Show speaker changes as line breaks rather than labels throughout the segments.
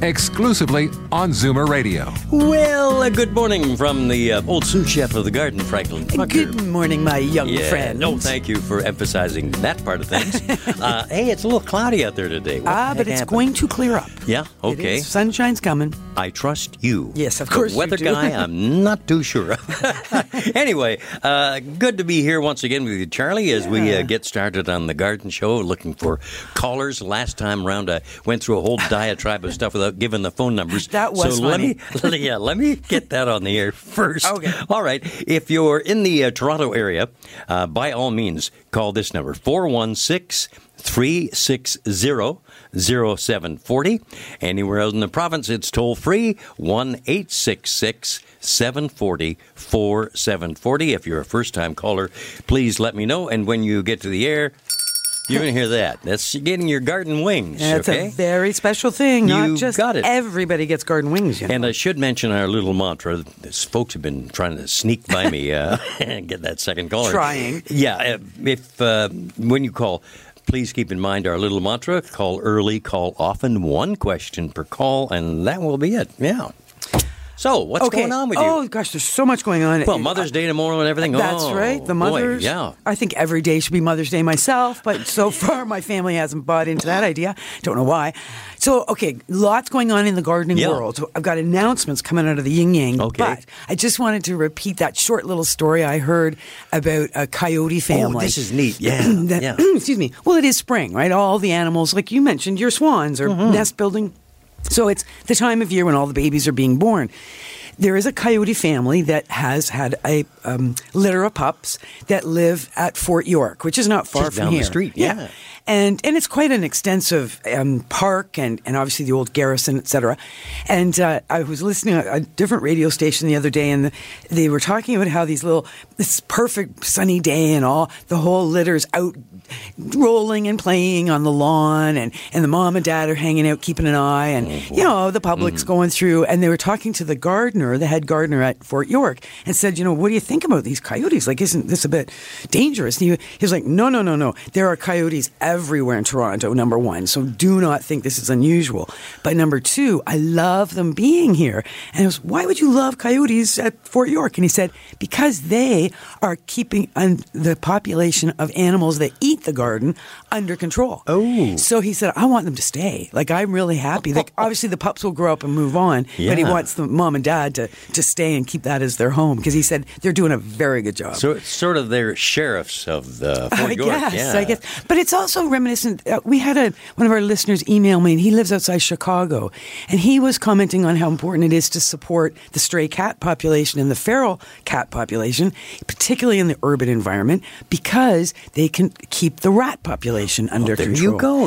exclusively on Zoomer Radio.
Well, uh, good morning from the uh, old sous chef of the garden, Franklin Tucker.
Good morning, my young
Yeah,
friend.
No, thank you for emphasizing that part of things. uh, hey, it's a little cloudy out there today. What
Ah,
the heck
but it's
happened?
going to clear up.
Yeah,
It
okay.
is. Sunshine's coming.
I trust you.
Yes, of course
The
you
weather
do.
guy, I'm not too sure. anyway, uh, good to be here once again with you, Charlie, as we uh, get started on the garden show. Looking for callers. Last time round, I went through a whole diatribe of stuff without giving the phone numbers.
That was
so Let me, yeah, let me get that on the air first.
Okay.
All right. If you're in the uh, Toronto area, uh, by all means, call this number 416 360 0740. Anywhere else in the province, it's toll free 1 866 740 4740. If you're a first time caller, please let me know. And when you get to the air, you're going to hear that. That's getting your garden wings.
That's
okay?
a very special thing.
You
Not just
got it.
everybody gets garden wings. You know?
And I should mention our little mantra. This folks have been trying to sneak by me uh, and get that second caller.
Trying.
Yeah. uh, If uh, when you call, please keep in mind our little mantra: call early, call often, one question per call, and that will be it. Yeah. So what's
okay.
going on with
oh
you?
gosh, there's so much going on. Uh,
Well, Mother's Day tomorrow and everything.
That's
Oh,
right. The
boy,
mothers.
yeah.
I think every day should be Mother's Day myself, but so far my family hasn't bought into that idea. Don't know why. So, okay, lots going on in the gardening
Yeah.
world. So I've got announcements coming out of the yin yang.
Okay.
But I just wanted to repeat that short little story I heard about a coyote family.
Oh, this is neat. Yeah.
that-
yeah.
excuse me. Well, it is spring, right? All the animals, like you mentioned, your swans are
Mm-hmm.
nest building. So it's the time of year when all the babies are being born. There is a coyote family that has had a um, litter of pups that live at Fort York, which is not far
Just
from
down the
here.
street, yeah.
And and it's quite an extensive um, park, and, and obviously the old garrison, etc. And uh, I was listening to a different radio station the other day, and the, they were talking about how these little this perfect sunny day and all the whole litter's out rolling and playing on the lawn, and and the mom and dad are hanging out keeping an eye, and you know the public's going through, and they were talking to the gardener, the head gardener at Fort York, and said, you know, what do you think about these coyotes? Like, isn't this a bit dangerous? And he, he was like, no, no, no, no. There are coyotes everywhere in Toronto, number one. So do not think this is unusual. But number two, I love them being here. And I was, why would you love coyotes at Fort York? And he said, because they are keeping un- the population of animals that eat the garden under control. Oh. So he said, I want them to stay. Like, I'm really happy. Like, obviously, the pups will grow up and move on, but he
Yeah.
wants the mom and dad to, to stay and keep that as their home because he said they're doing a very good job.
So it's sort of their sheriffs of the Fort
I
York.
guess,
yeah.
Uh, I guess, but it's also reminiscent. Uh, we had a one of our listeners email me, and he lives outside Chicago, and he was commenting on how important it is to support the stray cat population and the feral cat population, particularly in the urban environment, because they can keep the rat population under
there you
control.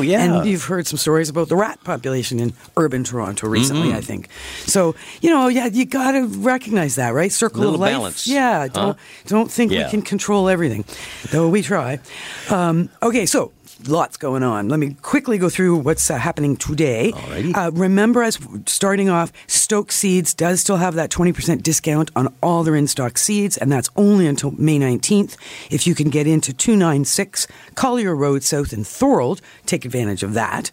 go, yeah.
and you've heard some stories about the rat population in urban Toronto recently,
Mm-hmm.
I think. So you know, yeah, you got to recognize that, right? Circle
Little
of life,
balance,
yeah.
huh?
Don't don't think
Yeah.
we can control everything, though we try. Um, okay, so lots going on. Let me quickly go through what's uh, happening today.
Alrighty.
Uh, remember, as starting off, Stoke Seeds does still have that 20% discount on all their in stock seeds, and that's only until May 19th. If you can get into 296 Collier Road South in Thorold, take advantage of that.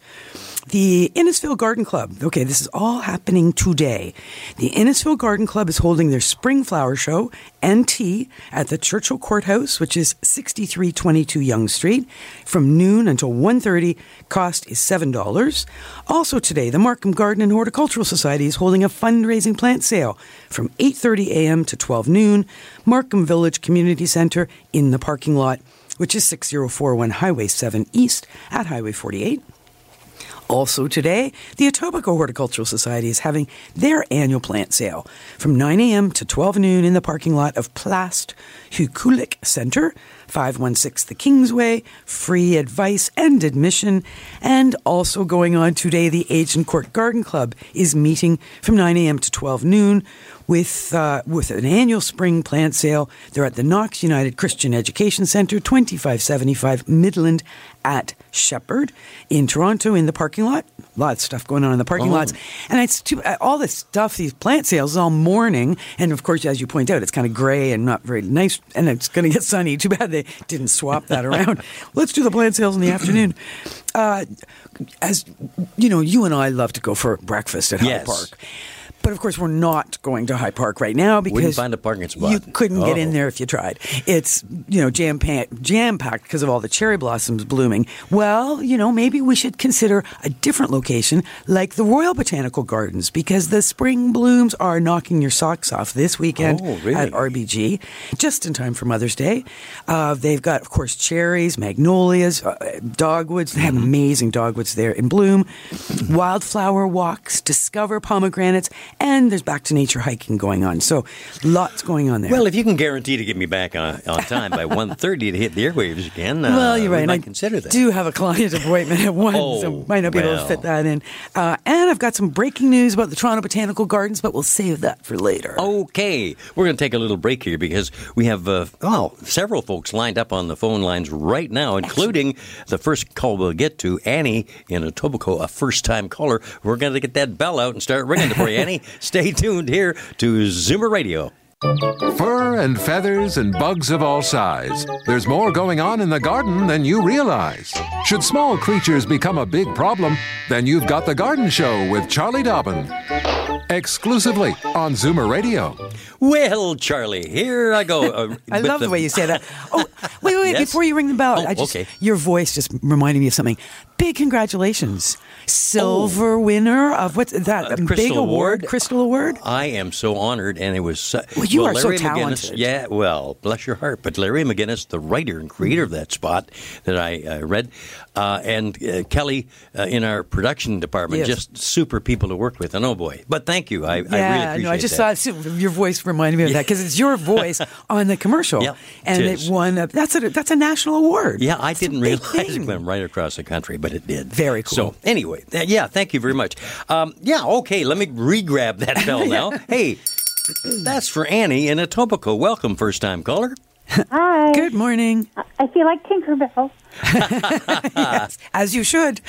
The Innisfil Garden Club. Okay, this is all happening today. The Innisfil Garden Club is holding their spring flower show and tea at the Churchill Courthouse, which is 6322 Young Street, from noon until 1:30. Cost is $7. Also today, the Markham Garden and Horticultural Society is holding a fundraising plant sale from 8:30 a.m. to 12 noon, Markham Village Community Center in the parking lot which is 6041 Highway 7 East at Highway 48. Also today, the Etobicoke Horticultural Society is having their annual plant sale from 9 a.m. to 12 noon in the parking lot of Plast Hukulik Center, 516 The Kingsway, free advice and admission. And also going on today, the Agent Court Garden Club is meeting from 9 a.m. to 12 noon with, uh, with an annual spring plant sale. They're at the Knox United Christian Education Center, 2575 Midland at Shepherd in Toronto in the parking lot. Lots of stuff going on in the parking
Oh.
lots. And it's too, uh, all this stuff, these plant sales is all morning. And of course, as you point out, it's kind of gray and not very nice. And it's going to get sunny. Too bad they didn't swap that around. Let's do the plant sales in the afternoon. Uh, as you know, you and I love to go for breakfast at
Yes.
High Park. But of course, we're not going to High Park right now because
find a parking spot.
You couldn't get in
Oh.
there if you tried. It's you know jam jam packed because of all the cherry blossoms blooming. Well, you know maybe we should consider a different location like the Royal Botanical Gardens because the spring blooms are knocking your socks off this weekend
Oh, really?
at RBG, just in time for Mother's Day. Uh, they've got of course cherries, magnolias, uh, dogwoods. They have
Mm-hmm.
amazing dogwoods there in bloom. Wildflower walks, discover pomegranates, and there's back to nature hiking going on. So lots going on there.
Well, if you can guarantee to get me back on, on time by 1.30 to hit the airwaves again, uh,
well, you're right.
we
and
might
I
consider that.
do have a client appointment at one,
Oh,
so might not be able
well.
to fit that in. Uh, and I've got some breaking news about the Toronto Botanical Gardens, but we'll save that for later.
Okay, we're going to take a little break here because we have uh, oh several folks lined up on the phone lines right now, including the first call we'll get to Annie in Etobicoke, a first-time caller. We're going to get that bell out and start ringing it for you, Annie. Stay tuned here to Zoomer Radio.
Fur and feathers and bugs of all size. There's more going on in the garden than you realize. Should small creatures become a big problem, then you've got The Garden Show with Charlie Dobbin. Exclusively on Zoomer Radio.
Well, Charlie, here I go. uh,
I
with
love the, way you say that. Oh, wait, wait, wait,
Yes?
before you ring the bell,
Oh,
I just
okay.
your voice just reminded me of something. Big congratulations. Silver winner of what's that?
Oh. Uh,
big
Crystal Award.
award, Crystal Award?
I am so honored, and it was. Su-
Well, you are so
Larry McGinnis,
talented.
yeah, well, bless your heart. But Larry McGinnis, the writer and creator of that spot that I uh, read, uh, and uh, Kelly uh, in our production department,
Yes.
just super people to work with. And oh boy, but thank you. I,
yeah,
I really appreciate
no, I just
that.
saw saw your voice reminded me of that because it's your voice on the commercial,
Yep,
and
it is.
it won. A, that's a that's a national award.
Yeah, I
It's a
didn't
big
realize it
thing.
went right across the country, but it did.
Very cool.
So anyway, th- yeah, thank you very much. Um, yeah, okay, let me re-grab that bell now. Hey, that's for Annie in Etobicoke. Welcome, first-time caller.
Hi.
Good morning,
I feel like Tinkerbell.
as you should.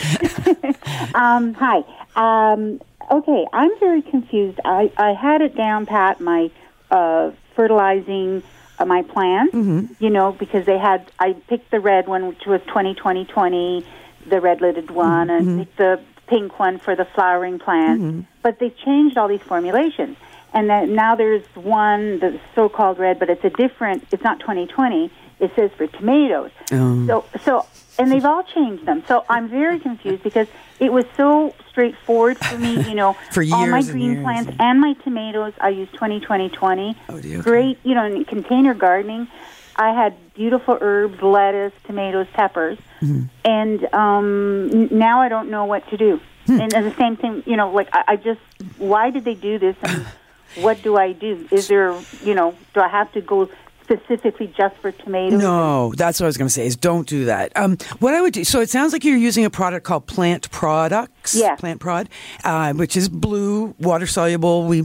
Um, hi. Um, okay, I'm very confused. I, I had it down pat, my uh, fertilizing uh, my plants,
Mm-hmm.
you know, because they had, I picked the red one, which was 20 20 20, the red lidded one,
Mm-hmm.
and picked the pink one for the flowering plants. But they changed all these formulations. And then now there's one, the so called red, but it's a different, it's not 2020, it says for tomatoes.
Oh.
So, so, and they've all changed them. So I'm very confused because it was so straightforward for me. You know,
For
all my
years and
green
years
plants
and-
and my tomatoes, I used 20, 20, 20.
Oh, dear, okay.
Great, you know, in container gardening, I had beautiful herbs, lettuce, tomatoes, peppers, Mm-hmm. and um, n- now I don't know what to do.
Hmm.
And, and the same thing, you know, like I, I just, why did they do this? And what do I do? Is there, you know, do I have to go specifically just for tomatoes?
No, that's what I was going to say. Is don't do that. Um, what I would do. So it sounds like you're using a product called Plant Products.
Yeah.
Plant Prod, uh, which is blue, water soluble. We,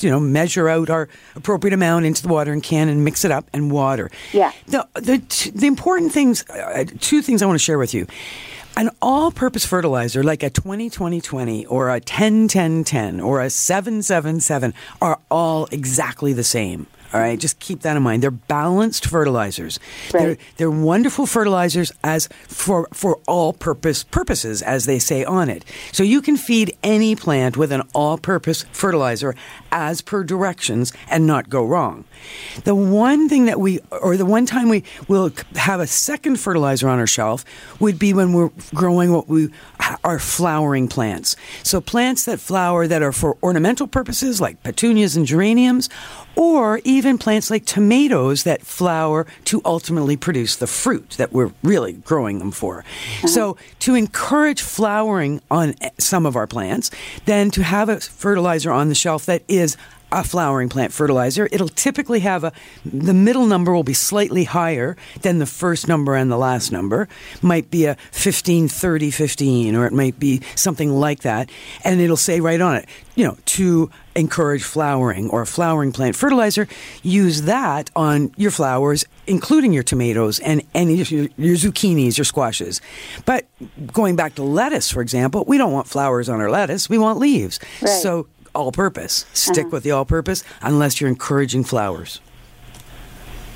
you know, measure out our appropriate amount into the watering can and mix it up and water.
Yeah.
The the t- the important things. Uh, two things I want to share with you. An all-purpose fertilizer like a 20-20-20 or a 10-10-10 or a 7-7-7 are all exactly the same. All right, just keep that in mind. They're balanced fertilizers. They're
Right.
they're wonderful fertilizers as for for all purpose purposes as they say on it. So you can feed any plant with an all-purpose fertilizer as per directions and not go wrong. The one thing that we or the one time we will c- have a second fertilizer on our shelf would be when we're growing what we are flowering plants. So plants that flower that are for ornamental purposes like petunias and geraniums or even plants like tomatoes that flower to ultimately produce the fruit that we're really growing them for. So, to encourage flowering on eh, some of our plants, then to have a fertilizer on the shelf that is a flowering plant fertilizer. It'll typically have a the middle number will be slightly higher than the first number and the last number. Might be a 15 30 15 or it might be something like that and it'll say right on it, you know, to encourage flowering or flowering plant fertilizer, use that on your flowers including your tomatoes and any of your, your zucchinis, your squashes. But going back to lettuce for example, we don't want flowers on our lettuce, we want leaves.
Right.
So all purpose. Stick with the all purpose unless you're encouraging flowers.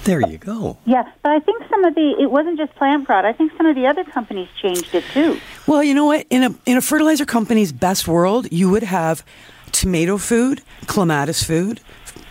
There you go.
Yeah, but I think some of the it wasn't just Plant Prod. I think some of the other companies changed it too.
Well, you know what? In a in a fertilizer company's best world, you would have tomato food, clematis food,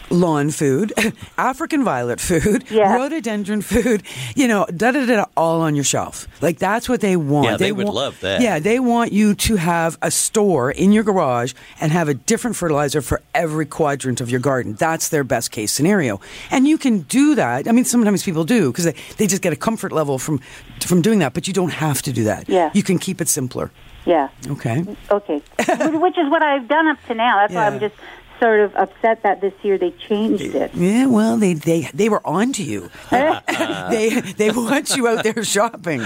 lawn food, African violet food,
Yeah.
rhododendron food, you know, da da da da, all on your shelf. Like that's what they want.
Yeah, they would
want-
love that.
Yeah, Uh, they want you to have a store in your garage and have a different fertilizer for every quadrant of your garden. That's their best case scenario. And you can do that. I mean, sometimes people do because they, they just get a comfort level from from doing that, but you don't have to do that.
Yeah.
You can keep it simpler.
Yeah.
Okay.
Okay. Wh- Which is what I've done up to now. That's why I'm
Yeah.
just sort of upset that this year they changed it.
Yeah, well, they they they were on to you. they they want you out there shopping.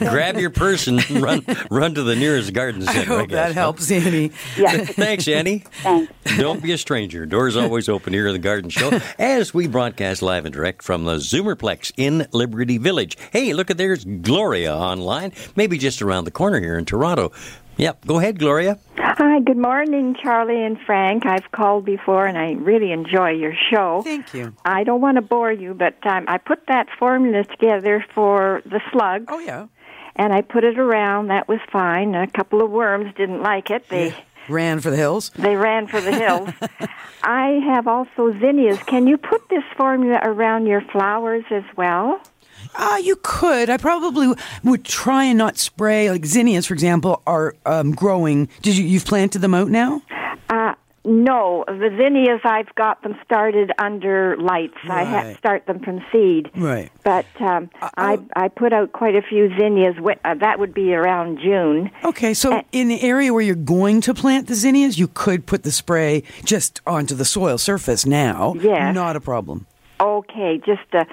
Grab your purse and run run to the nearest garden
I
center. I
hope that
guess.
helps, Annie.
Yeah.
Thanks, Annie.
Thanks.
Don't be a stranger. Doors always open here at the Garden Show as we broadcast live and direct from the Zoomerplex in Liberty Village. Hey, look at there's Gloria online, maybe just around the corner here in Toronto. Yep, go ahead, Gloria.
Hi, good morning, Charlie and Frank. I've called before and I really enjoy your show.
Thank you.
I don't want to bore you, but um, I put that formula together for the slug
Oh yeah,
and I put it around. That was fine. A couple of worms didn't like it. They
ran for the hills.
they ran for the hills. I have also zinnias. Can you put this formula around your flowers as well?
Ah, you could. I probably would try and not spray. Like zinnias, for example, are um, growing. Did you you've planted them out now?
Uh, no, the zinnias I've got them started under lights. I
Right.
ha- start them from seed.
Right.
But um,
Uh,
I
oh.
I put out quite a few zinnias. Wi- uh, that would be around June.
Okay, so in the area where you're going to plant the zinnias, you could put the spray just onto the soil surface now.
Yeah.
not a problem.
Okay, just uh,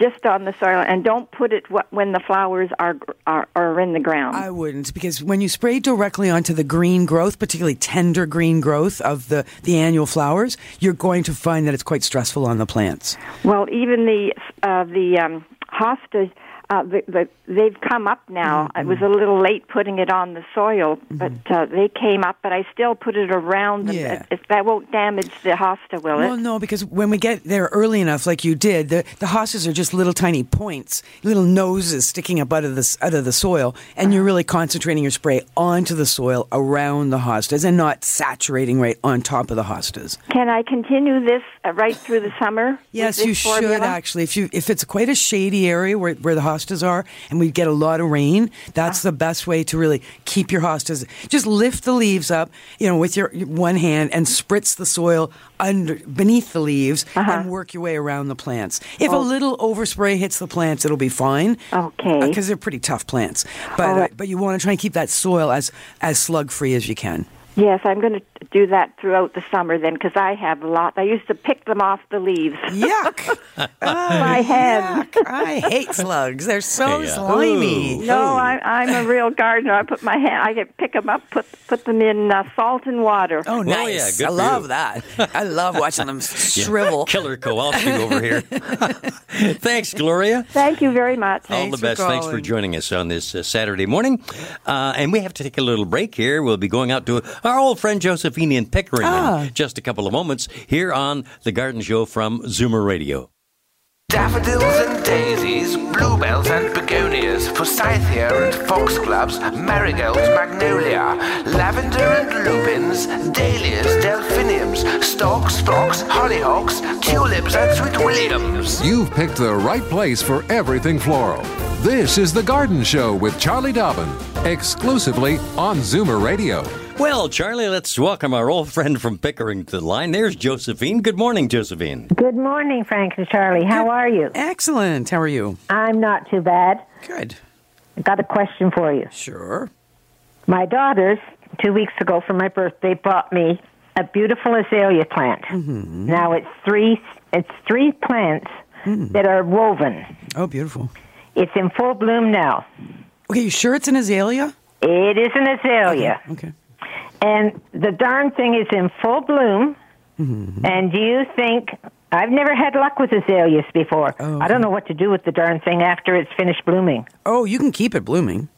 just on the soil, and don't put it wh- when the flowers are are, are in the ground.
I wouldn't because when you spray directly onto the green growth, particularly tender green growth of the, the annual flowers, you're going to find that it's quite stressful on the plants.
Well, even the uh, the um, hostas, uh, the, the, they've come up now.
Mm-hmm.
I was a little late putting it on the soil, but uh, they came up. But I still put it around them.
Yeah.
If that won't damage the hosta, will
Well,
it?
no, because when we get there early enough, like you did, the, the hostas are just little tiny points, little noses sticking up out of the s- out of the soil, and you're really concentrating your spray onto the soil around the hostas and not saturating right on top of the hostas.
Can I continue this uh, right through the summer? with
Yes,
this
you should
formula?
actually. If you if it's quite a shady area where where the hostas are, and we get a lot of rain, that's
Ah.
the best way to really keep your hostas. Just lift the leaves up, you know, with your your one hand and spritz the soil under beneath the leaves
Uh-huh.
and work your way around the plants. If a little overspray hits the plants, it'll be fine.
Oh. Okay.
because they're pretty tough plants. But
All
uh,
right.
but you want to try and keep that soil as as slug free as you can.
Yes, I'm going to do that throughout the summer then, because I have a lot. I used to pick them off the leaves.
Yuck!
My hand.
Yuck. I hate slugs. They're so
uh,
Yeah.
slimy.
No, I, I'm a real gardener. I put my hand. I get pick them up, put put them in uh, salt and water.
Oh,
Well, yeah,
nice.
good
I
for
love
you.
that. I love watching them shrivel.
Killer Kowalski over here. Thanks, Gloria.
Thank you very much.
All the
Thanks for
best. Thanks for
calling.
joining us on this uh, Saturday morning. Uh, and we have to take a little break here. We'll be going out to our old friend Josephine in Pickering
Ah.
in just a couple of moments here on The Garden Show from Zoomer Radio.
Daffodils and daisies, bluebells and begonias, forsythia and foxgloves, marigolds, magnolia, lavender and lupins, dahlias, delphiniums, stalks, phlox, hollyhocks, tulips and sweet williams.
You've picked the right place for everything floral. This is The Garden Show with Charlie Dobbin, exclusively on Zoomer Radio.
Well, Charlie, let's welcome our old friend from Pickering to the line. There's Josephine. Good morning, Josephine.
Good morning, Frank and Charlie. How are you?
Excellent. How are you?
I'm not too bad.
Good.
I got a question for you.
Sure.
My daughters, two weeks ago for my birthday, bought me a beautiful azalea plant.
Mm-hmm.
Now it's three. It's three plants that are woven.
Mm. Oh, beautiful.
It's in full bloom now.
Okay, you sure it's an azalea?
It is an azalea,
Okay.
and the darn thing is in full bloom.
Mm-hmm.
And do you think? I've never had luck with azaleas before.
Oh,
I
okay.
don't know what to do with the darn thing after it's finished blooming.
Oh, you can keep it blooming.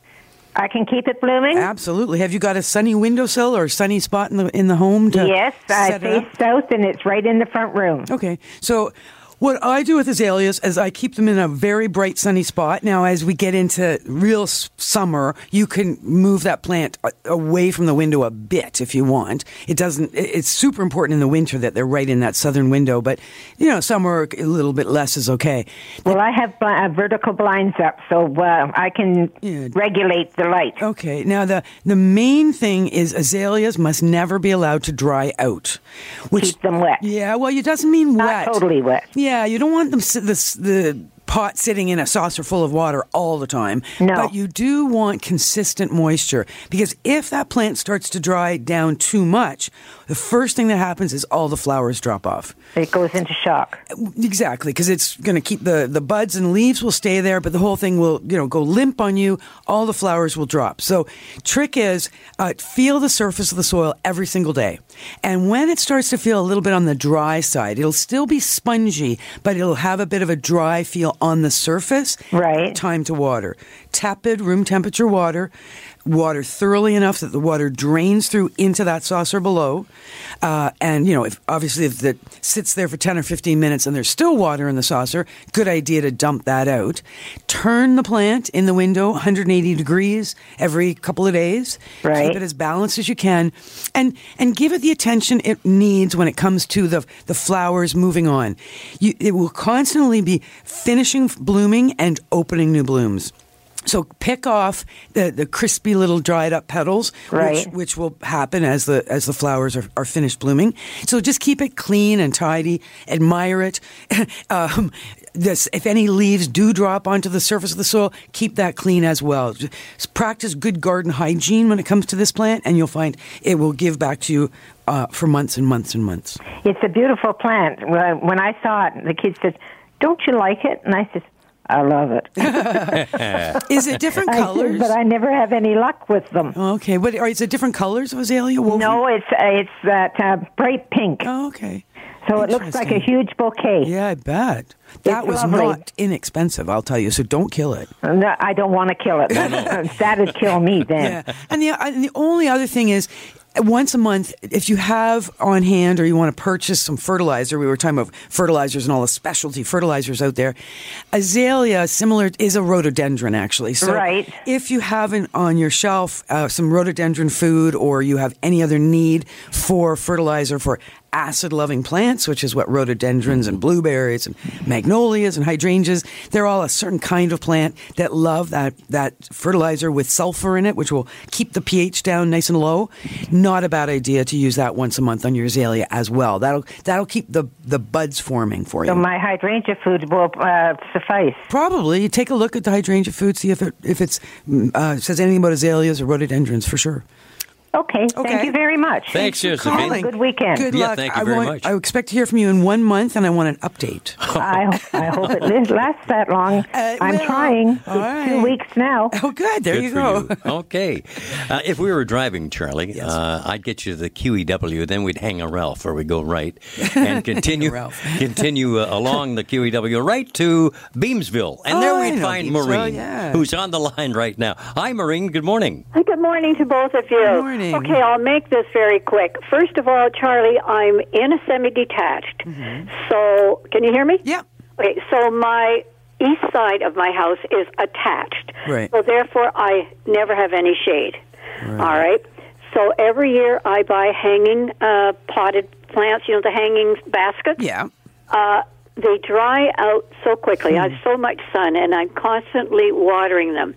I can keep it blooming.
Absolutely. Have you got a sunny windowsill or a sunny spot in the in the home to
Yes, I
set it up?
face south, and it's right in the front room.
Okay. So what I do with azaleas is I keep them in a very bright sunny spot. Now, as we get into real s- summer, you can move that plant a- away from the window a bit if you want. It doesn't. i- It's super important in the winter that they're right in that southern window, but you know, summer a little bit less is okay.
Well, I have bl- uh, vertical blinds up, so uh, I can
Yeah.
regulate the light.
Okay. Now the the main thing is azaleas must never be allowed to dry out, which
Keep them wet.
Yeah. Well, it doesn't mean
Not
wet.
totally wet.
Yeah, you don't want them si- this the pot sitting in a saucer full of water all the time.
No.
But you do want consistent moisture because if that plant starts to dry down too much, the first thing that happens is all the flowers drop off.
It goes into shock.
Exactly, because it's going to keep the the buds and leaves will stay there, but the whole thing will you know go limp on you. All the flowers will drop. So, trick is uh, feel the surface of the soil every single day, and when it starts to feel a little bit on the dry side, it'll still be spongy, but it'll have a bit of a dry feel on the surface.
Right.
Time to water. Tepid room temperature water. Water thoroughly enough that the water drains through into that saucer below. Uh, and, you know, if, obviously, if it sits there for 10 or 15 minutes and there's still water in the saucer, good idea to dump that out. Turn the plant in the window 180 degrees every couple of days. Keep
Right.
it as balanced as you can and, and give it the attention it needs when it comes to the, the flowers moving on. You, it will constantly be finishing blooming and opening new blooms. So pick off the, the crispy little dried up petals, which,
Right.
which will happen as the as the flowers are, are finished blooming. So just keep it clean and tidy. Admire it. um, this, if any leaves do drop onto the surface of the soil, keep that clean as well. Just practice good garden hygiene when it comes to this plant, and you'll find it will give back to you uh, for months and months and months.
It's a beautiful plant. Well, When I saw it, the kids said, "Don't you like it?" And I said, "I love it."
Is it different
I said,
colors?
but I never have any luck with them.
okay, what are, is it different colors of azalea? Woven?
No, it's uh, it's that uh, bright pink,
Oh, okay.
so it looks like a
Interesting.
huge bouquet.
Yeah, I bet. That was
lovely.
not inexpensive, I'll tell you, so don't kill it.
No, I don't want to kill it. That'd kill me then.
Yeah. And the, uh, and the only other thing is, once a month, if you have on hand or you want to purchase some fertilizer, we were talking about fertilizers and all the specialty fertilizers out there. Azalea, similar, is a rhododendron actually. So
Right.
if you have an, on your shelf uh, some rhododendron food or you have any other need for fertilizer for acid loving plants, which is what rhododendrons and blueberries and magnolias and hydrangeas, they're all a certain kind of plant that love that, that fertilizer with sulfur in it, which will keep the pH down nice and low. Not a bad idea to use that once a month on your azalea as well. That'll, that'll keep the, the buds forming for you.
So my hydrangea food will uh, suffice.
Probably. You take a look at the hydrangea food, see if it if it's mm, uh, says anything about azaleas or rhododendrons for sure.
Okay,
Okay.
thank you very much.
Thanks,
for
Josephine.
calling.
Good weekend.
Good
Yeah,
luck.
thank you
I
very
want,
much.
I expect to hear from you in one month, and I want an update.
I, I hope it li- lasts that long.
Uh,
I'm
well,
trying. It's
all right.
two weeks now.
Oh, good. There
Good
you
for
go.
you. Okay. Uh, if we were driving, Charlie, uh, I'd get you to the QEW. Then we'd hang a Ralph where we go right and continue
Ralph.
continue uh, along the QEW right to Beamsville, and there
Oh, I
we'd
know
find
Beamsville,
Maureen,
yeah.
who's on the line right now. Hi, Maureen. Good morning.
Hey, Good morning to both of you.
Good morning.
Okay, I'll make this very quick. First of all, Charlie, I'm in a semi-detached. So, can you hear me?
Mm-hmm. Yeah.
Okay, so my east side of my house is attached.
Right.
So therefore, I never have any shade. All right. So every year I buy hanging uh, potted plants, you know, the hanging baskets.
Yeah.
Uh, they dry out so quickly. I have
Hmm.
so much sun, and I'm constantly watering them.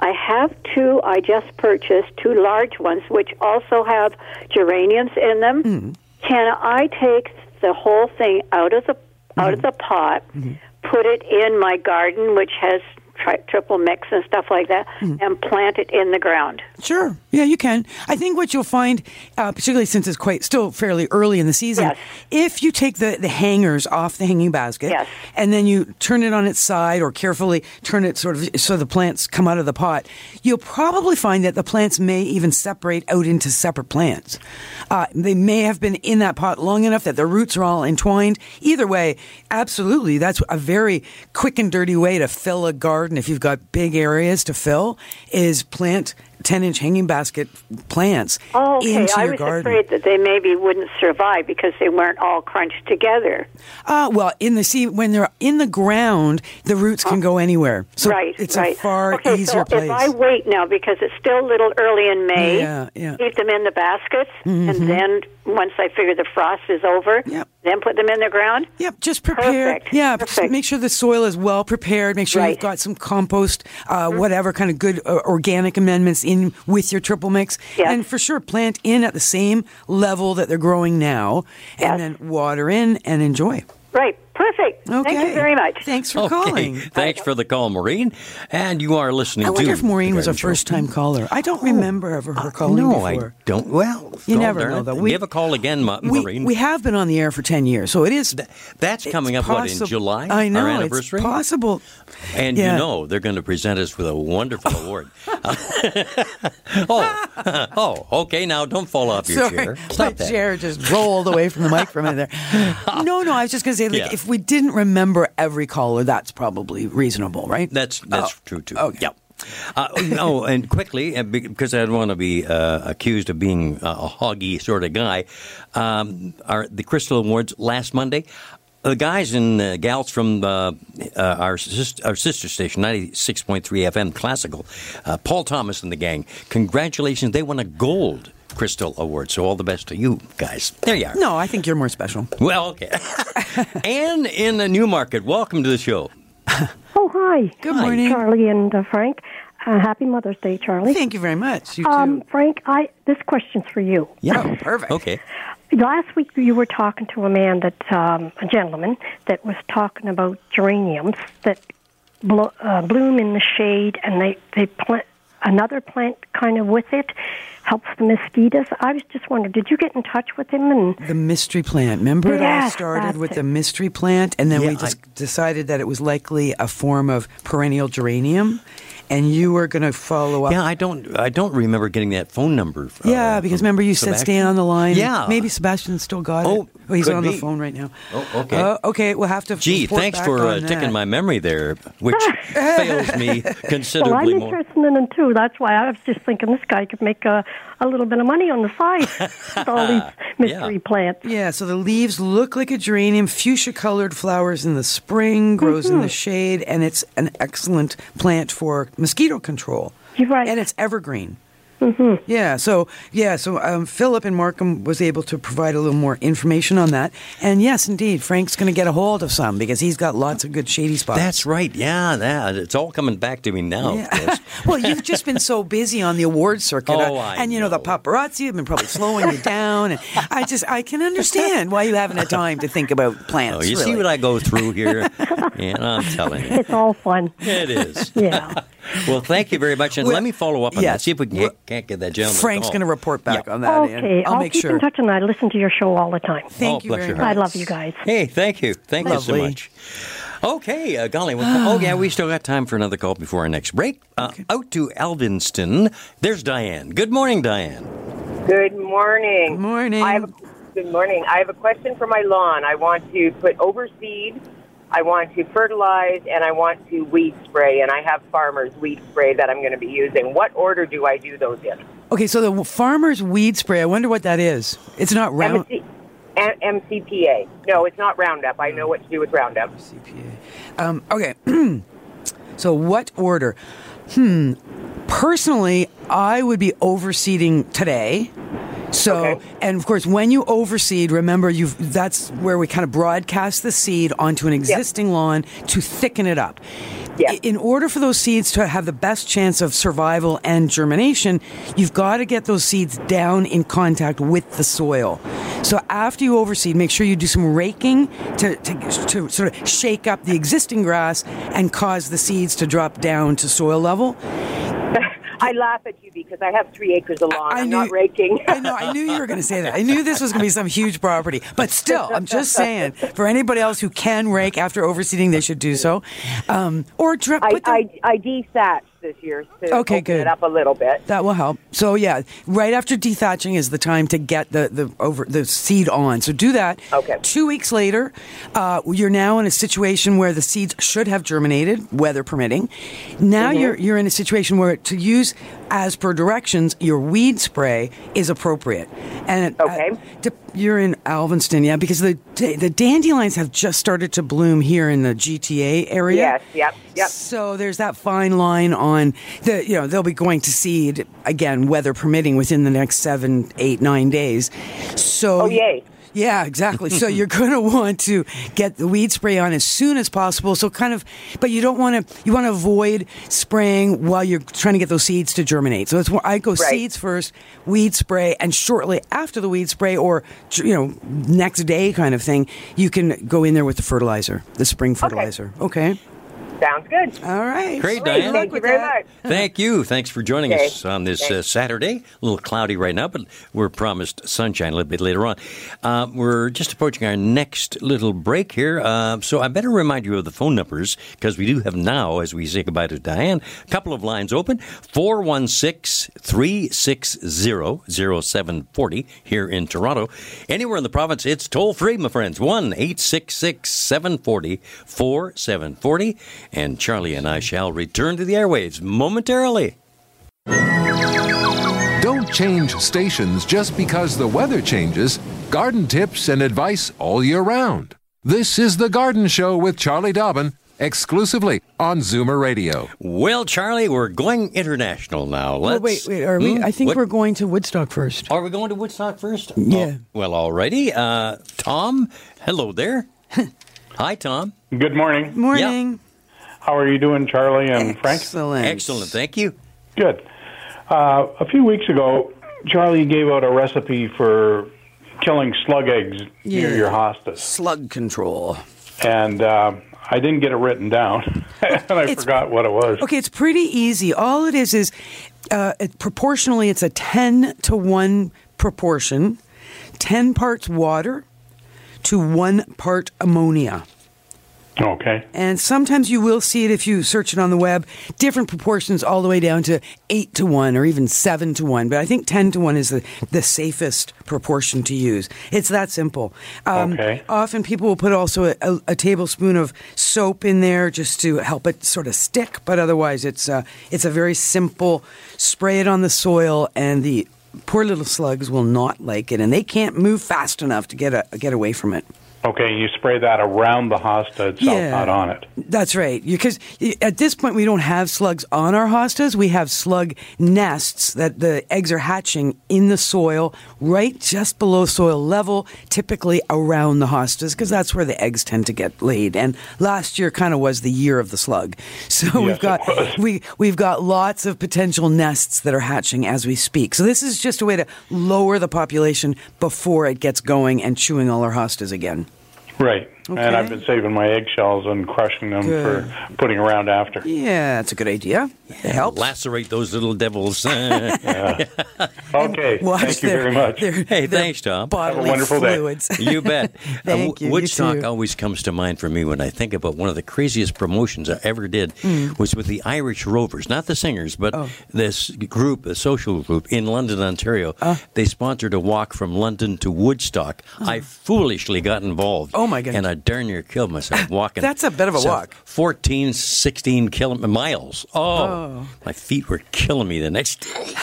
I have two I just purchased, two large ones, which also have geraniums in them.
Hmm.
Can I take the whole thing out of the out
Hmm.
of the pot, put it in my garden, which has tri- triple mix and stuff like that,
Hmm.
and plant it in the ground?
Sure. Yeah, you can. I think what you'll find, uh, particularly since it's quite still fairly early in the season,
Yes.
if you take the, the hangers off the hanging basket
Yes.
and then you turn it on its side or carefully turn it sort of so the plants come out of the pot, you'll probably find that the plants may even separate out into separate plants. Uh, they may have been in that pot long enough that the roots are all entwined. Either way, absolutely, that's a very quick and dirty way to fill a garden if you've got big areas to fill is plant 10 inch hanging basket plants
Oh, okay.
into
I
your
was
garden.
afraid that they maybe wouldn't survive because they weren't all crunched together.
Uh, well, in the sea, when they're in the ground, the roots can go anywhere. So
right,
it's
right.
a far
okay,
easier
so
place.
If I wait now because it's still a little early in May,
Yeah, yeah. Mm-hmm.
keep them in the baskets, and then once I figure the frost is over,
Yep.
then put them in the ground.
Yep, just prepare.
Perfect,
Yeah, just
perfect.
make sure the soil is well prepared. Make sure you've
Right. Mm-hmm.
got some compost, uh, whatever kind of good uh, organic amendments in with your triple mix.
Yes.
And for sure, plant in at the same level that they're growing now,
Yes.
and then water in and enjoy.
Right, perfect.
Okay.
Thank you very much.
Thanks for
okay.
calling.
Thanks for the call, Maureen. And you are listening
I
to.
wonder if Maureen
The
was a
Garden Show.
first time caller. I don't
Oh.
remember ever her calling
no,
before.
I don't. Well,
You
God
never
darn
know,
it.
though. We-
Give a call again, Ma-
We,
Maureen.
we have been on the air for 10 years, so it is.
That's
it's
coming up, what, in
possi-
July?
I know.
Our
it's
anniversary?
possible.
And you
Yeah.
know they're going to present us with a wonderful award. oh, oh, okay. Now don't fall off your chair.
My
Stop that.
chair just rolled away from the mic for a minute there. No, no, I was just going to say, like,
Yeah.
if we didn't remember every caller, that's probably reasonable, right?
That's that's true too.
Oh, okay.
Yeah. Uh, no, and quickly uh, be- because I don't want to be uh, accused of being uh, a hoggy sort of guy. Um, our the Crystal Awards last Monday. The guys and uh, gals from uh, uh, our sis- our sister station, ninety six point three FM Classical, uh, Paul Thomas and the gang. Congratulations! They won a gold Crystal Award. So all the best to you guys. There you are.
No, I think you're more special.
Well, okay. Anne in the new market. Welcome to the show.
Oh, hi.
Good
Hi.
morning.
Charlie and uh, Frank. Uh, happy Mother's Day, Charlie.
Thank you very much. You
um,
too.
Frank, I this question's for you. Oh.
Yeah, perfect.
Okay.
Last week you were talking to a man that um, a gentleman that was talking about geraniums that blo- uh, bloom in the shade and they they plant another plant kind of with it helps the mosquitoes. I was just wondering, did you get in touch with him and
The mystery plant. Remember, it all
Yes,
started
that's
with
it.
the mystery plant, and then
Yeah,
we just decided that it was likely a form of perennial geranium, and you were going to follow up.
Yeah, I don't. I don't remember getting that phone number. uh,
Yeah, because
from
remember you said stay
Sebastian.
on the line.
Yeah,
Maybe Sebastian's still got
Oh,
it. Oh, he's
could
on
be.
the phone right now.
Oh, okay.
Uh, okay, we'll have to.
Gee,
report
thanks
back
for uh,
on
ticking
that.
my memory there, which fails me
well, I'm
considerably more.
interested in them too. That's why I was just thinking this guy could make a, a little bit of money on the side with all these mystery plants.
Yeah, so the leaves look like a geranium, fuchsia colored flowers in the spring, grows
Mm-hmm.
in the shade, and it's an excellent plant for mosquito control.
You're right.
And it's evergreen. Mm-hmm. Yeah, so yeah, so um, Philip and Markham was able to provide a little more information on that, and yes, indeed, Frank's going to get a hold of some because he's got lots of good shady spots.
That's right. Yeah, that it's all coming back to me now. of
Yeah.
course.
well, you've just been so busy on the award circuit,
Oh, I
and you know, the
know.
paparazzi have been probably slowing you down. And I just, I can understand why you haven't had time to think about plants.
Oh, you
really.
see what I go through here, and I'm telling you,
It's all fun.
it is.
Yeah.
Well, thank you very much, and
Well,
let me follow up on that.
yes.
See if we can get, can't get that gentleman.
Frank's
going
going to report back on that. Ann.
okay,
I'll,
I'll,
make
keep
sure.
in touch, and I listen to your show all the time.
Thank
Oh,
you
bless
very
your
much.
I love you guys.
Hey, thank you. Thank you so
Lovely.
much. Okay, uh, golly. what- oh, yeah, we still got time for another call before our next break. Uh, Out to Alvinston. There's Diane. Good morning,
Uh-huh.
Diane.
Good morning.
Good morning.
I have a, good morning. I have a question for my lawn. I want to put overseed, I want to fertilize, and I want to weed spray. And I have farmers weed spray that I'm going to be using. What order do I do those in?
Okay, so the farmer's weed spray. I wonder what that is. It's not round.
MC, M- MCPA. No, it's not Roundup. I
Mm.
know what to do with Roundup.
CPA. Um, okay. so what order? Hmm. Personally, I would be overseeding today. So, and of course, when you overseed, remember you have that's where we kind of broadcast the seed onto an existing lawn to thicken it up.
Yeah.
I- In order for those seeds to have the best chance of survival and germination, you've got to get those seeds down in contact with the soil. So after you overseed, make sure you do some raking to, to, to sort of shake up the existing grass and cause the seeds to drop down to soil level.
I laugh at you because I have three acres of lawn.
I
I, am
knew-
not raking.
I know. I knew you were going to say that. I knew this was going to be some huge property. But still, I'm just saying for anybody else who can rake after overseeding, they should do so, um, or drip.
I,
put them-
I, I dethatched this year to
Okay,
open
good.
it up a little bit.
that will help. So yeah, right after dethatching is the time to get the the over the seed on. So do that.
Okay.
Two weeks later, uh, you're now in a situation where the seeds should have germinated, weather permitting.
Mm-hmm.
Now you're you're in a situation where to use as per directions, your weed spray is appropriate. And uh,
Okay.
Dep- you're in Alvanston, yeah, because the da- the dandelions have just started to bloom here in the GTA area.
Yes, yep, yep.
So there's that fine line on the you know they'll be going to seed again, weather permitting, within the next seven, eight, nine days. So
Oh, yay.
yeah, exactly. so you're going to want to get the weed spray on as soon as possible. So kind of, but you don't want to. You want to avoid spraying while you're trying to get those seeds to germinate. So that's why I go
Right.
seeds first, weed spray, and shortly after the weed spray, or you know next day kind of thing, you can go in there with the fertilizer, the spring fertilizer. Okay.
Sounds good.
All right.
Great,
Good
Diane.
luck
Thank you
with
very
that.
much.
Thank you. Thanks for joining
Okay.
us on this uh, Saturday. A little cloudy right now, but we're promised sunshine a little bit later on. Uh, we're just approaching our next little break here, uh, so I better remind you of the phone numbers because we do have now, as we say goodbye to Diane, a couple of lines open 416 360 0740 here in Toronto. Anywhere in the province, it's toll free, my friends 1 866 740 4740. And Charlie and I shall return to the airwaves momentarily.
Don't change stations just because the weather changes. Garden tips and advice all year round. This is The Garden Show with Charlie Dobbin, exclusively on Zoomer Radio.
Well, Charlie, we're going international now.
Oh,
Let's,
wait, wait. Are we?
Hmm?
I think
What-
we're going to Woodstock first.
Are we going to Woodstock first?
Yeah.
Oh, well, alrighty. Uh, Tom, hello there. Hi, Tom.
Good morning.
Morning.
How are you doing, Charlie and Frank?
Excellent.
Excellent. Thank you.
Good. Uh, a few weeks ago, Charlie gave out a recipe for killing slug eggs
Yeah.
near your hostas,
Slug control.
and uh, I didn't get it written down, and I
It's-
forgot what it was.
Okay, it's pretty easy. All it is is uh, it, proportionally, it's a 10 to 1 proportion 10 parts water to 1 part ammonia.
Okay.
And sometimes you will see it if you search it on the web, different proportions all the way down to 8 to 1 or even 7 to 1. But I think 10 to 1 is the, the safest proportion to use. It's that simple. Um,
Okay.
Often people will put also a, a, a tablespoon of soap in there just to help it sort of stick. But otherwise, it's a, it's a very simple spray it on the soil and the Poor little slugs will not like it, and they can't move fast enough to get a, get away from it.
Okay. You spray that around the hosta itself,
Yeah.
not on it.
That's right. Because at this point, we don't have slugs on our hostas. We have slug nests that the eggs are hatching in the soil, right just below soil level, typically around the hostas, because that's where the eggs tend to get laid. And last year kind of was the year of the slug. So
Yes,
we've
it
got
was.
we we've got lots of potential nests that are hatching as we speak. So this is just a way to lower the population before it gets going and chewing all our hostas again.
Right. And
Okay.
I've been saving my eggshells and crushing them
Good.
for putting around after.
Yeah, that's a good idea. It helps.
Lacerate those little devils.
Okay.
Watch
Thank you
their-
very much.
their-
Hey,
their
thanks, Tom.
Bodily
Have a wonderful day.
fluids.
You bet. Uh,
Thank you, you
Woodstock
too.
always comes to mind for me when I think about one of the craziest promotions I ever did
Mm.
was with the Irish Rovers, not the singers, but
Oh.
this group, a social group in London, Ontario.
Uh.
They sponsored a walk from London to Woodstock. I foolishly got involved.
Oh, my goodness.
And I darn near killed myself walking.
That's a bit of a
So,
walk.
14, 16 kilo- miles. Oh, my feet were killing me the next day.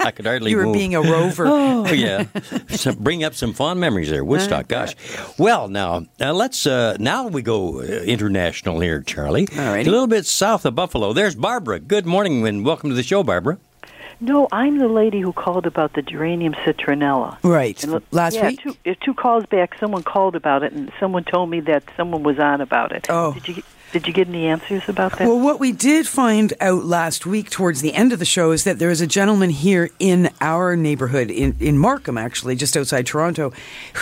I could hardly
you were
move.
being a rover.
Oh yeah, so bring up some fond memories there, Woodstock.
Uh-huh.
Gosh, well now uh, let's uh, now we go uh, international here, Charlie.
All righty.
a little bit south of Buffalo. There's Barbara. Good morning and welcome to the show, Barbara.
No, I'm the lady who called about the geranium citronella.
Right.
And l-
Last
yeah,
week?
Two, uh, two calls back, someone called about it, and someone told me that someone was on about it.
Oh.
Did you, did you get any answers about that?
Well, what we did find out last week towards the end of the show is that there is a gentleman here in our neighborhood, in, in Markham, actually, just outside Toronto,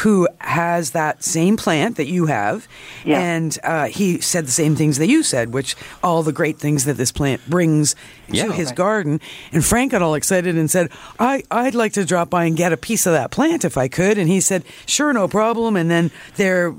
who has that same plant that you have.
Yeah.
And uh, he said the same things that you said, which all the great things that this plant brings
Yeah.
to his garden. And Frank got all excited and said, I, I'd like to drop by and get a piece of that plant if I could. And he said, Sure, no problem. And then there,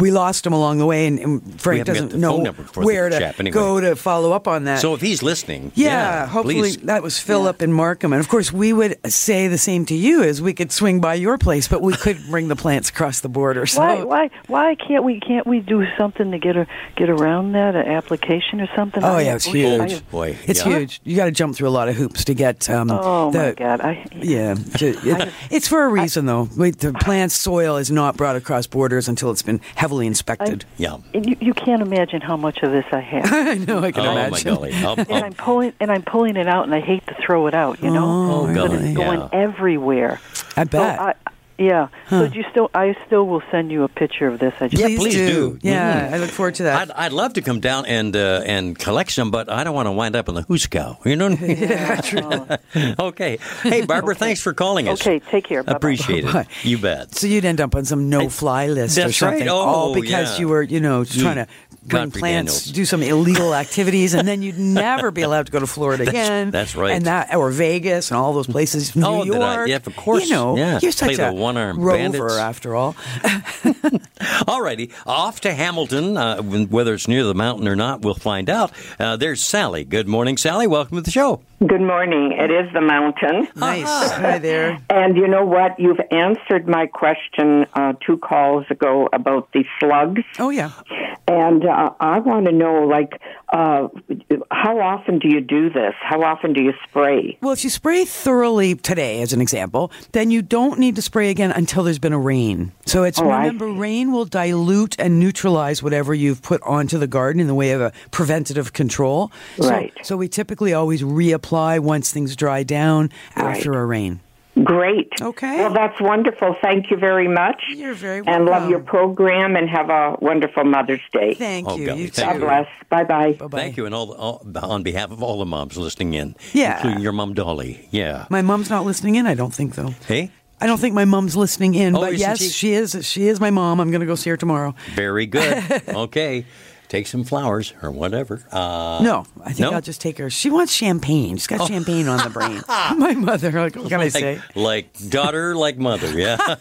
we lost him along the way, and, and
haven't got
Frank doesn't
the phone
know
number for the
where to
chap anyway.
go to follow up on that.
So if he's listening,
yeah, hopefully
please.
that was Philip and Markham, and of course we would say the same to you as we could swing by your place, but we could bring the plants across the border. So
why, why, why can't we can't we do something to get a, get around that, an application or something?
Oh
I-
yeah, it's
I-
huge.
I-
boy,
it's
yeah.
huge. You got to jump through a lot of hoops to get. Um,
Oh
the,
my God! I
Yeah, ju- it- it's for a reason though. We, the plant soil is not brought across borders until it's been heavily inspected.
Yeah.
And you, you can't imagine how much of this I have.
I, know. I can
oh
imagine.
my golly. Up,
and
up.
I'm pulling and I'm pulling it out, and I hate to throw it out. You know,
Oh,
Oh,
but
golly,
it's going
yeah.
everywhere.
I bet.
So Oh, I, yeah. So do you still, I still will send you a picture of this. I just,
Yeah, please do.
Yeah,
Mhm.
I look forward to that.
I'd, I'd love to come down and uh, and collect some, but I don't want to wind up in the hooscow. You know. What I mean? okay. Hey, Barbara, thanks for calling us.
Okay, take care. Bye-bye.
Appreciate
Bye-bye.
it. You bet.
So you'd end up on some no-fly list or
that's right.
something,
Oh,
all because
yeah.
you were, you know, trying to bring
Godfrey
plants,
Daniels.
do some illegal activities, and then you'd never be allowed to go to Florida
That's-
again.
that's right.
And that, or Vegas, and all those places. New
Oh,
York.
that I- yeah, of course.
You know,
Yeah,
you're
play
such
the
a
one-armed
rover
bandits.
after all.
All righty. Off to Hamilton. Uh, whether it's near the mountain or not, we'll find out. Uh, there's Sally. Good morning, Sally. Welcome to the show.
Good morning. It is the mountain.
Nice. Hi there.
And you know what? You've answered my question uh, two calls ago about the slugs.
Oh yeah.
And uh, I want to know, like, uh, how often do you do this? How often do you spray?
Well, if you spray thoroughly today, as an example, then you don't need to spray again until there's been a rain. So it's
Oh, I
remember, rain will dilute and neutralize whatever you've put onto the garden in the way of a preventative control. So-
Right.
So, we typically always reapply once things dry down after a rain.
Great.
Okay.
Well, that's wonderful. Thank you very much.
You're very
And love
welcome.
your program and have a wonderful Mother's Day.
Thank
Oh,
you.
golly,
You
thank
God
too.
you.
bless. Bye bye.
Bye-bye.
Thank you, and all, all on behalf of all the moms listening in,
Yeah.
including your mom Dolly. Yeah.
My mom's not listening in. I don't think though.
hey.
I don't think my mom's listening in.
Oh,
but
isn't
yes,
she?
she is. She is my mom. I'm going to go see her tomorrow.
Very good. okay. Take some flowers or whatever. Uh,
No, I think
no? Oh.
I'll just take her. She wants champagne. She's got champagne on the brain. My mother, like, what can I say?
like, like daughter, like mother. Yeah.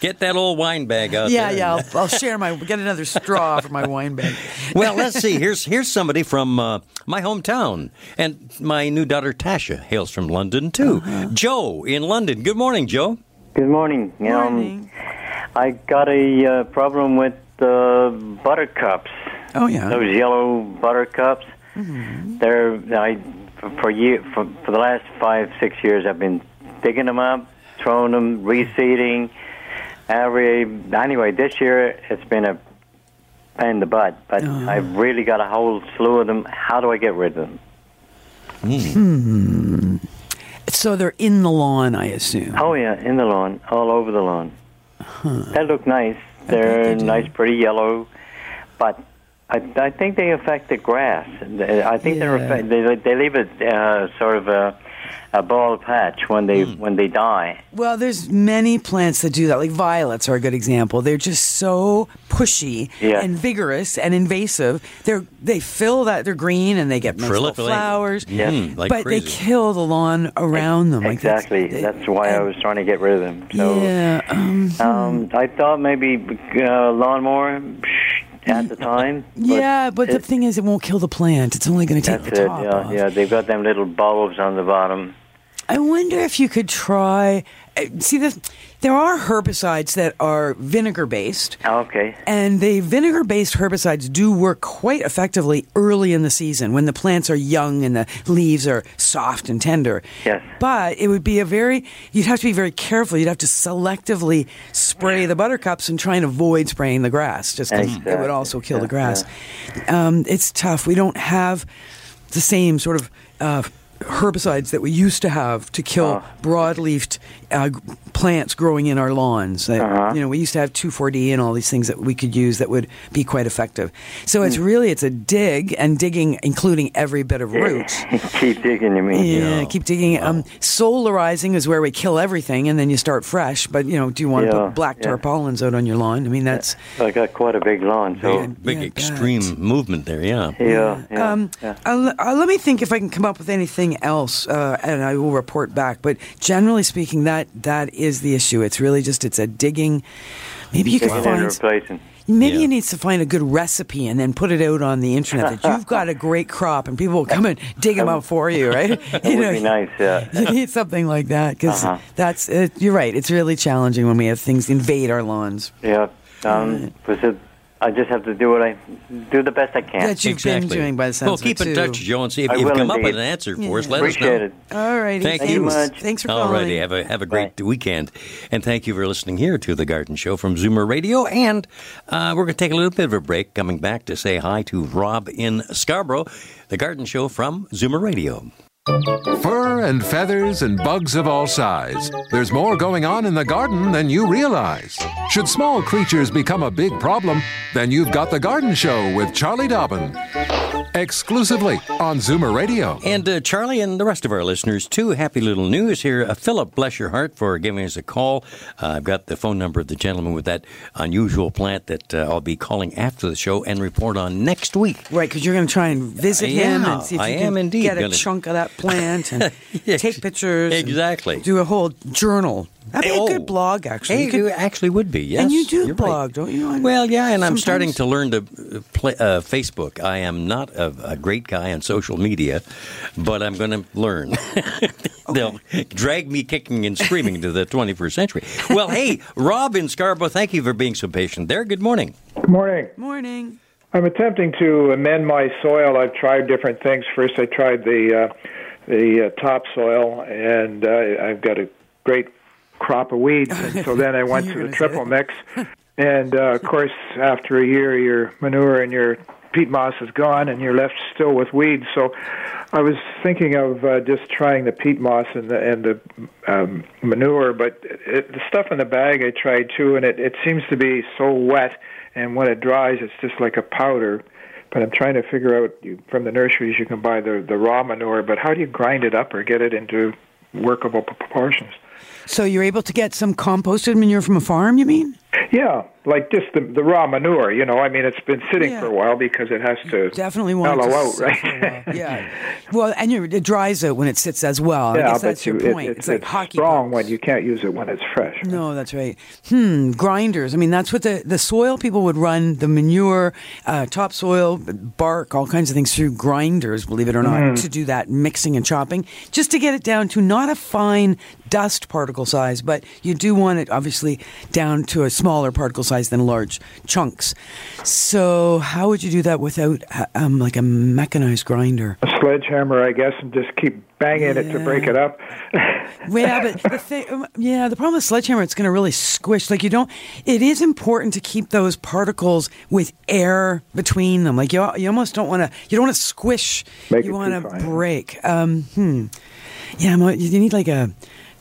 Get that old wine bag out
Yeah,
there.
yeah. I'll, I'll share my get another straw for my wine bag.
well, let's see. Here's here's somebody from uh, my hometown, and my new daughter Tasha hails from London too.
Uh-huh.
Joe in London. Good morning, Joe.
Good morning.
Morning.
Um, I got a uh, problem with uh, buttercups.
Oh yeah. Mm-hmm.
Those yellow buttercups. They're I for year for, for the last five six years I've been digging them up, throwing them, reseeding. Every anyway, this year it's been a pain in the butt. But
Oh.
I've really got a whole slew of them. How do I get rid of them?
Hmm. So they're in the lawn, I assume.
Oh yeah, in the lawn, all over the lawn. They look nice. They're
do.
nice, pretty yellow, but I, I think they affect the grass. They- I think they're
Yeah.
affect, they they leave a uh, sort of a, a bald patch when they
Hmm.
when they die.
Well, there's many plants that do that. Like violets are a good example. They're just so pushy
Yeah.
and vigorous and invasive. They're they fill that they're green and they get nice little
Proliferate.
flowers.
Yeah. Hmm,
Mm, like
but
crazy.
they kill the lawn around them. Like that's-
exactly.
they-
That's, why I was trying to get rid of them. So
yeah. Um,
um, I thought maybe uh, lawnmower psh, at the time. But
yeah, but the
it-
thing is, it won't kill the plant. It's only going to take
that's
the
it.
top
Yeah,
off.
yeah. They've got them little bulbs on the bottom.
I wonder if you could try. uh, See, this, there are herbicides that are vinegar based.
Mm-hmm.
Okay.
And the vinegar based herbicides do work quite effectively early in the season when the plants are young and the leaves are soft and tender.
Yes.
But it would be a very, you'd have to be very careful. You'd have to selectively spray the buttercups and try and avoid spraying the grass just because it
Exactly.
would also kill the
Yeah,
grass. Um, it's tough. We don't have the same sort of. Uh, herbicides that we used to have to
Uh-huh.
kill broadleafed uh, g- plants growing in our lawns. That,
Uh-huh.
You know, we used to have 2,4-D and all these things that we could use that would be quite effective. So
Mm.
it's really it's a dig and digging, including every bit of roots.
Keep digging, you mean?
Yeah, keep digging. Um, solarizing is where we kill everything, and then you start fresh. But you know, do you want to
Yeah,
put black
yeah.
tarpaulins out on your lawn? I mean, that's
I got quite a big lawn, so
big extreme movement there. Yeah.
Yeah. yeah,
Um,
yeah.
I'll- I'll- let me think if I can come up with anything else, uh, and I will report back. But generally speaking, that that is the issue. It's really just it's a digging. Maybe you could
Digging and
find.
replacing.
Maybe you need to find a good recipe and then put it out on the internet that you've got a great crop and people will come and dig them up for you, right?
That
You
would
know,
be nice. Yeah.
you need something like that because
Uh-huh.
that's it, you're right. It's really challenging when we have things invade our lawns.
Yeah. Um, was it? I just have to do what I do the best I can.
That you've been Exactly. doing by the sounds
Well,
of
keep
it,
in
too.
touch, Joe, and see if
I
you've
will
come up with
indeed.
an answer for us.
Yeah.
Let
Appreciate
us
it.
know.
All righty,
Thank
thanks.
you.
Thanks for
All
calling.
righty. Have a have a great weekend, and thank you for listening here to the Garden Show from Zoomer Radio. And uh, we're going to take a little bit of a break. Coming back to say hi to Rob in Scarborough, the Garden Show from Zoomer Radio.
Fur and feathers and bugs of all size. There's more going on in the garden than you realize. Should small creatures become a big problem, then you've got The Garden Show with Charlie Dobbin. Exclusively on Zoomer Radio.
And uh, Charlie and the rest of our listeners, too. Happy little news here. Uh, Philip, bless your heart for giving us a call. Uh, I've got the phone number of the gentleman with that unusual plant that uh, I'll be calling after the show and report on next week.
Right, because you're going to try and visit
I
him
am.
and see if
I
you
am
can
indeed
get a
gonna-
chunk of that plant and take pictures. and
Exactly.
do a whole journal. That'd be a
Oh.
good blog, actually.
Hey,
You could-
it actually would be, yes.
And you do
You're
blog,
right.
don't you? On
Well, yeah, and I'm starting
sometimes?
to learn to uh, play, uh, Facebook. I am not a, a great guy on social media, but I'm going to learn. They'll drag me kicking and screaming to the 21st century. Well, hey, Rob in Scarborough, thank you for being so patient there. Good morning.
Good morning.
Morning.
I'm attempting to amend my soil. I've tried different things. First, I tried the uh, the uh, topsoil, and uh, I've got a great crop of weeds. And so then I went to the triple mix, and uh, of course, after a year, your manure and your peat moss is gone, and you're left still with weeds. So I was thinking of uh, just trying the peat moss and the and the um, manure, but it, the stuff in the bag I tried too, and it it seems to be so wet and when it dries, it's just like a powder. But I'm trying to figure out you, from the nurseries you can buy the the raw manure, but how do you grind it up or get it into workable proportions?
So you're able to get some composted manure from a farm, you mean?
Yeah, like just the the raw manure. You know, I mean, it's been sitting
Yeah.
for a while because it has to
Definitely want it
mellow
to
out,
sit for a
oh, right?
Yeah. Well, and you're, it dries out when it sits as well. Oh, I
yeah,
guess
but
that's
you,
your
it-
point.
it's,
it's like
it's
hockey.
strong when you can't use it when it's fresh.
No, that's right. Hmm, grinders. I mean, that's what the, the soil people would run the manure, uh, topsoil, bark, all kinds of things through grinders, believe it or not,
Mm.
to do that mixing and chopping, just to get it down to not a fine dust particle size, but you do want it obviously down to a smaller particle size than large chunks. So, how would you do that without uh, um, like a mechanized grinder?
A sledgehammer, I guess, and just keep banging it to break it up.
Yeah, but the thing, um, yeah, the problem with sledgehammer, it's going to really squish. Like you don't. It is important to keep those particles with air between them. Like you, al- you almost don't want to. You don't want to squish.
Make
you
it
want
too
to
fine.
break. Um, hmm. Yeah, mo- you need like a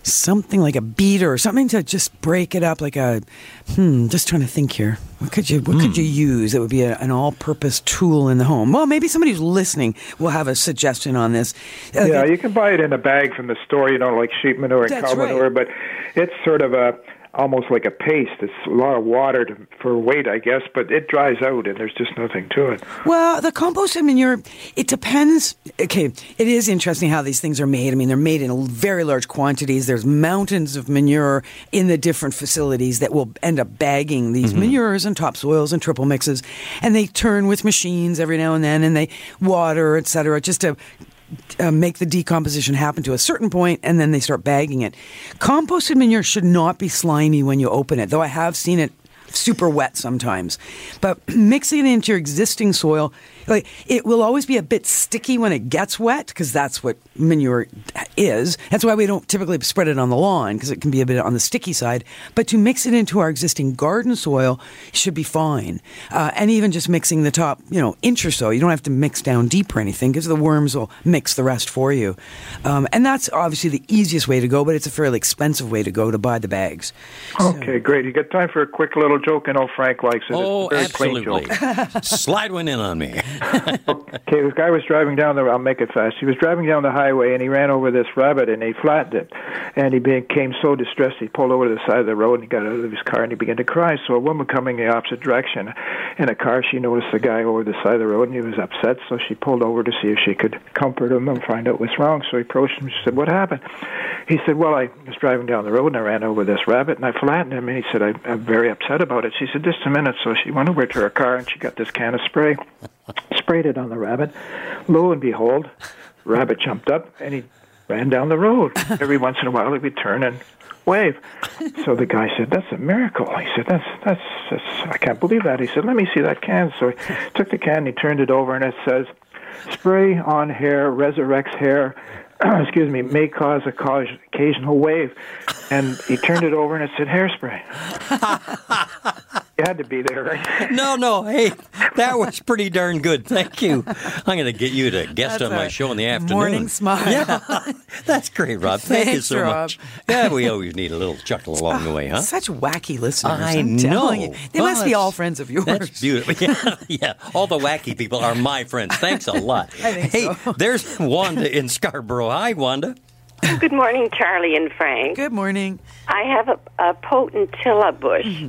something like a beater or something to just break it up. Like a hmm. Just trying to think here. What could you? What could you use that would be a, an all-purpose tool in the home? Well, maybe somebody who's listening will have a suggestion on this. Uh,
yeah, you can buy it in a bag from the store. You know, like sheep manure and
That's
cow
right.
manure, but it's sort of a almost like a paste. It's a lot of water to, for weight, I guess, but it dries out and there's just nothing to it.
Well, the compost and manure, it depends. Okay, it is interesting how these things are made. I mean, they're made in very large quantities. There's mountains of manure in the different facilities that will end up bagging these manures and topsoils and triple mixes. And they turn with machines every now and then and they water, et cetera, just to uh, make the decomposition happen to a certain point and then they start bagging it. Composted manure should not be slimy when you open it, though I have seen it super wet sometimes. But mixing it into your existing soil, like it will always be a bit sticky when it gets wet because that's what manure is. That's why we don't typically spread it on the lawn because it can be a bit on the sticky side. But to mix it into our existing garden soil should be fine. Uh, and even just mixing the top, you know, inch or so. You don't have to mix down deep or anything because the worms will mix the rest for you. Um, and that's obviously the easiest way to go, but it's a fairly expensive way to go to buy the bags.
Okay, great. You got time for a quick little joke? I know Frank likes it.
Oh,
it's a very
absolutely.
Plain joke.
Slide one in on me.
Okay, this guy was driving down the. I'll make it fast. He was driving down the highway and he ran over this rabbit and he flattened it, and he became so distressed he pulled over to the side of the road and he got out of his car and he began to cry. So a woman coming the opposite direction in a car, she noticed the guy over the side of the road and he was upset. So she pulled over to see if she could comfort him and find out what's wrong. So he approached him. She said, "What happened?" He said, "Well, I was driving down the road and I ran over this rabbit and I flattened him." And he said, I, "I'm very upset about it." She said, "Just a minute." So she went over to her car and she got this can of spray sprayed it on the rabbit. Lo and behold, rabbit jumped up and he ran down the road. Every once in a while, he would turn and wave. So the guy said, "That's a miracle." He said, "That's that's, that's I can't believe that." He said, "Let me see that can." So he took the can, and he turned it over, and it says, "Spray on hair resurrects hair." excuse me, may cause a cause, occasional wave. And he turned it over and it said hairspray. you had to be there, right?
No, no. Hey, that was pretty darn good. Thank you. I'm going to get you to guest on
That's
my
our
show in the afternoon.
Morning smile.
Yeah, that's great, Rob. Thank you
Thanks,
so
Rob.
much. Yeah, we always need a little chuckle along the way, huh?
Such wacky listeners.
I
I'm
know.
telling you. They must be
Well,
all friends of yours.
That's beautiful. Yeah, yeah. All the wacky people are my friends. Thanks a lot.
I think
hey, there's Wanda in Scarborough. Hi, Wanda.
Good morning, Charlie and Frank.
Good morning. Mm-hmm.
I have a, a potentilla bush,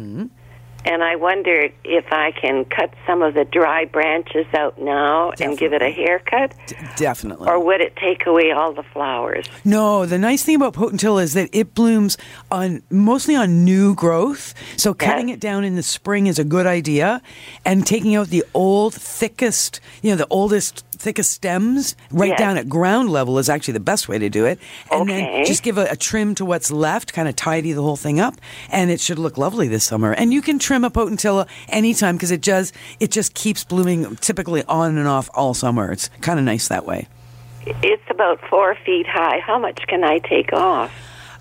and I wondered if I can cut some of the dry branches out now and give it a haircut,
Definitely.
or would it take away all the flowers?
No, the nice thing about potentilla is that it blooms on mostly on new growth. So cutting it down in the spring is a good idea, and taking out the old, thickest, you know, the oldest, thickest stems right
Yes.
down at ground level is actually the best way to do it. And then
Okay.
just give a, a trim to what's left, kind of tidy the whole thing up, and it should look lovely this summer. And you can trim a potentilla anytime because it does it just keeps blooming typically on and off all summer. It's kind of nice that way.
It's about four feet high. How much can I take off?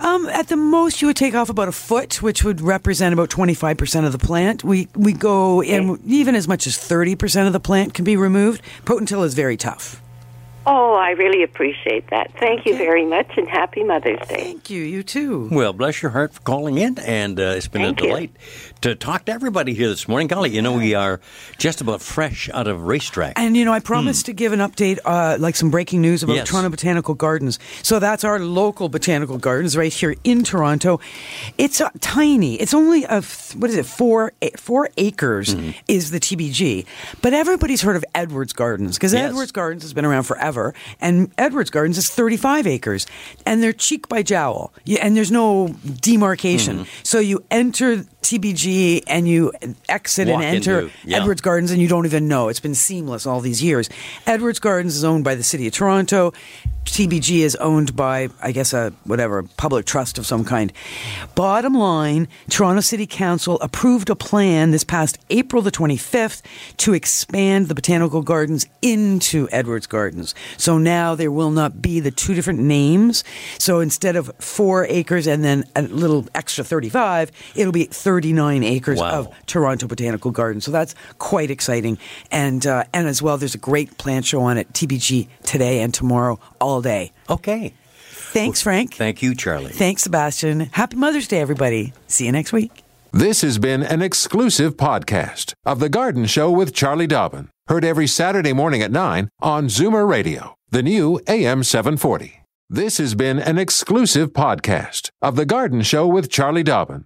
Um, at the most, you would take off about a foot, which would represent about twenty five percent of the plant. We we go and even as much as thirty percent of the plant can be removed. Potentilla is very tough.
Oh, I really appreciate that. Thank you very much, and happy Mother's Day.
Thank you. You too.
Well, bless your heart for calling in, and uh, it's been
Thank
a
you.
delight to talk to everybody here this morning. Golly, you know we are just about fresh out of racetrack.
And you know, I promised to give an update, uh, like some breaking news about
Yes.
Toronto Botanical Gardens. So that's our local botanical gardens right here in Toronto. It's uh, tiny. It's only a f- what is it four a- four acres is the TBG. But everybody's heard of Edwards Gardens because
Yes.
Edwards Gardens has been around forever, and Edwards Gardens is thirty five acres, and they're cheek by jowl, Yeah, and there's no demarcation.
Mhm.
So you enter TBG and you exit
Walk
and enter
into- yeah.
Edwards. Edwards Gardens, and you don't even know. It's been seamless all these years. Edwards Gardens is owned by the city of Toronto. TBG is owned by, I guess, a whatever public trust of some kind. Bottom line, Toronto City Council approved a plan this past April the 25th to expand the botanical gardens into Edwards Gardens. So now there will not be the two different names. So instead of four acres and then a little extra 35, it'll be 39 acres
Wow.
of Toronto Botanical Garden. So that's quite exciting. And uh, and as well, there's a great plant show on at TBG today and tomorrow all day.
Okay.
Thanks, Frank.
Thank you, Charlie.
Thanks, Sebastian. Happy Mother's Day, everybody. See you next week.
This has been an exclusive podcast of The Garden Show with Charlie Dobbin, heard every Saturday morning at 9 on Zoomer Radio, the new AM 740. This has been an exclusive podcast of The Garden Show with Charlie Dobbin,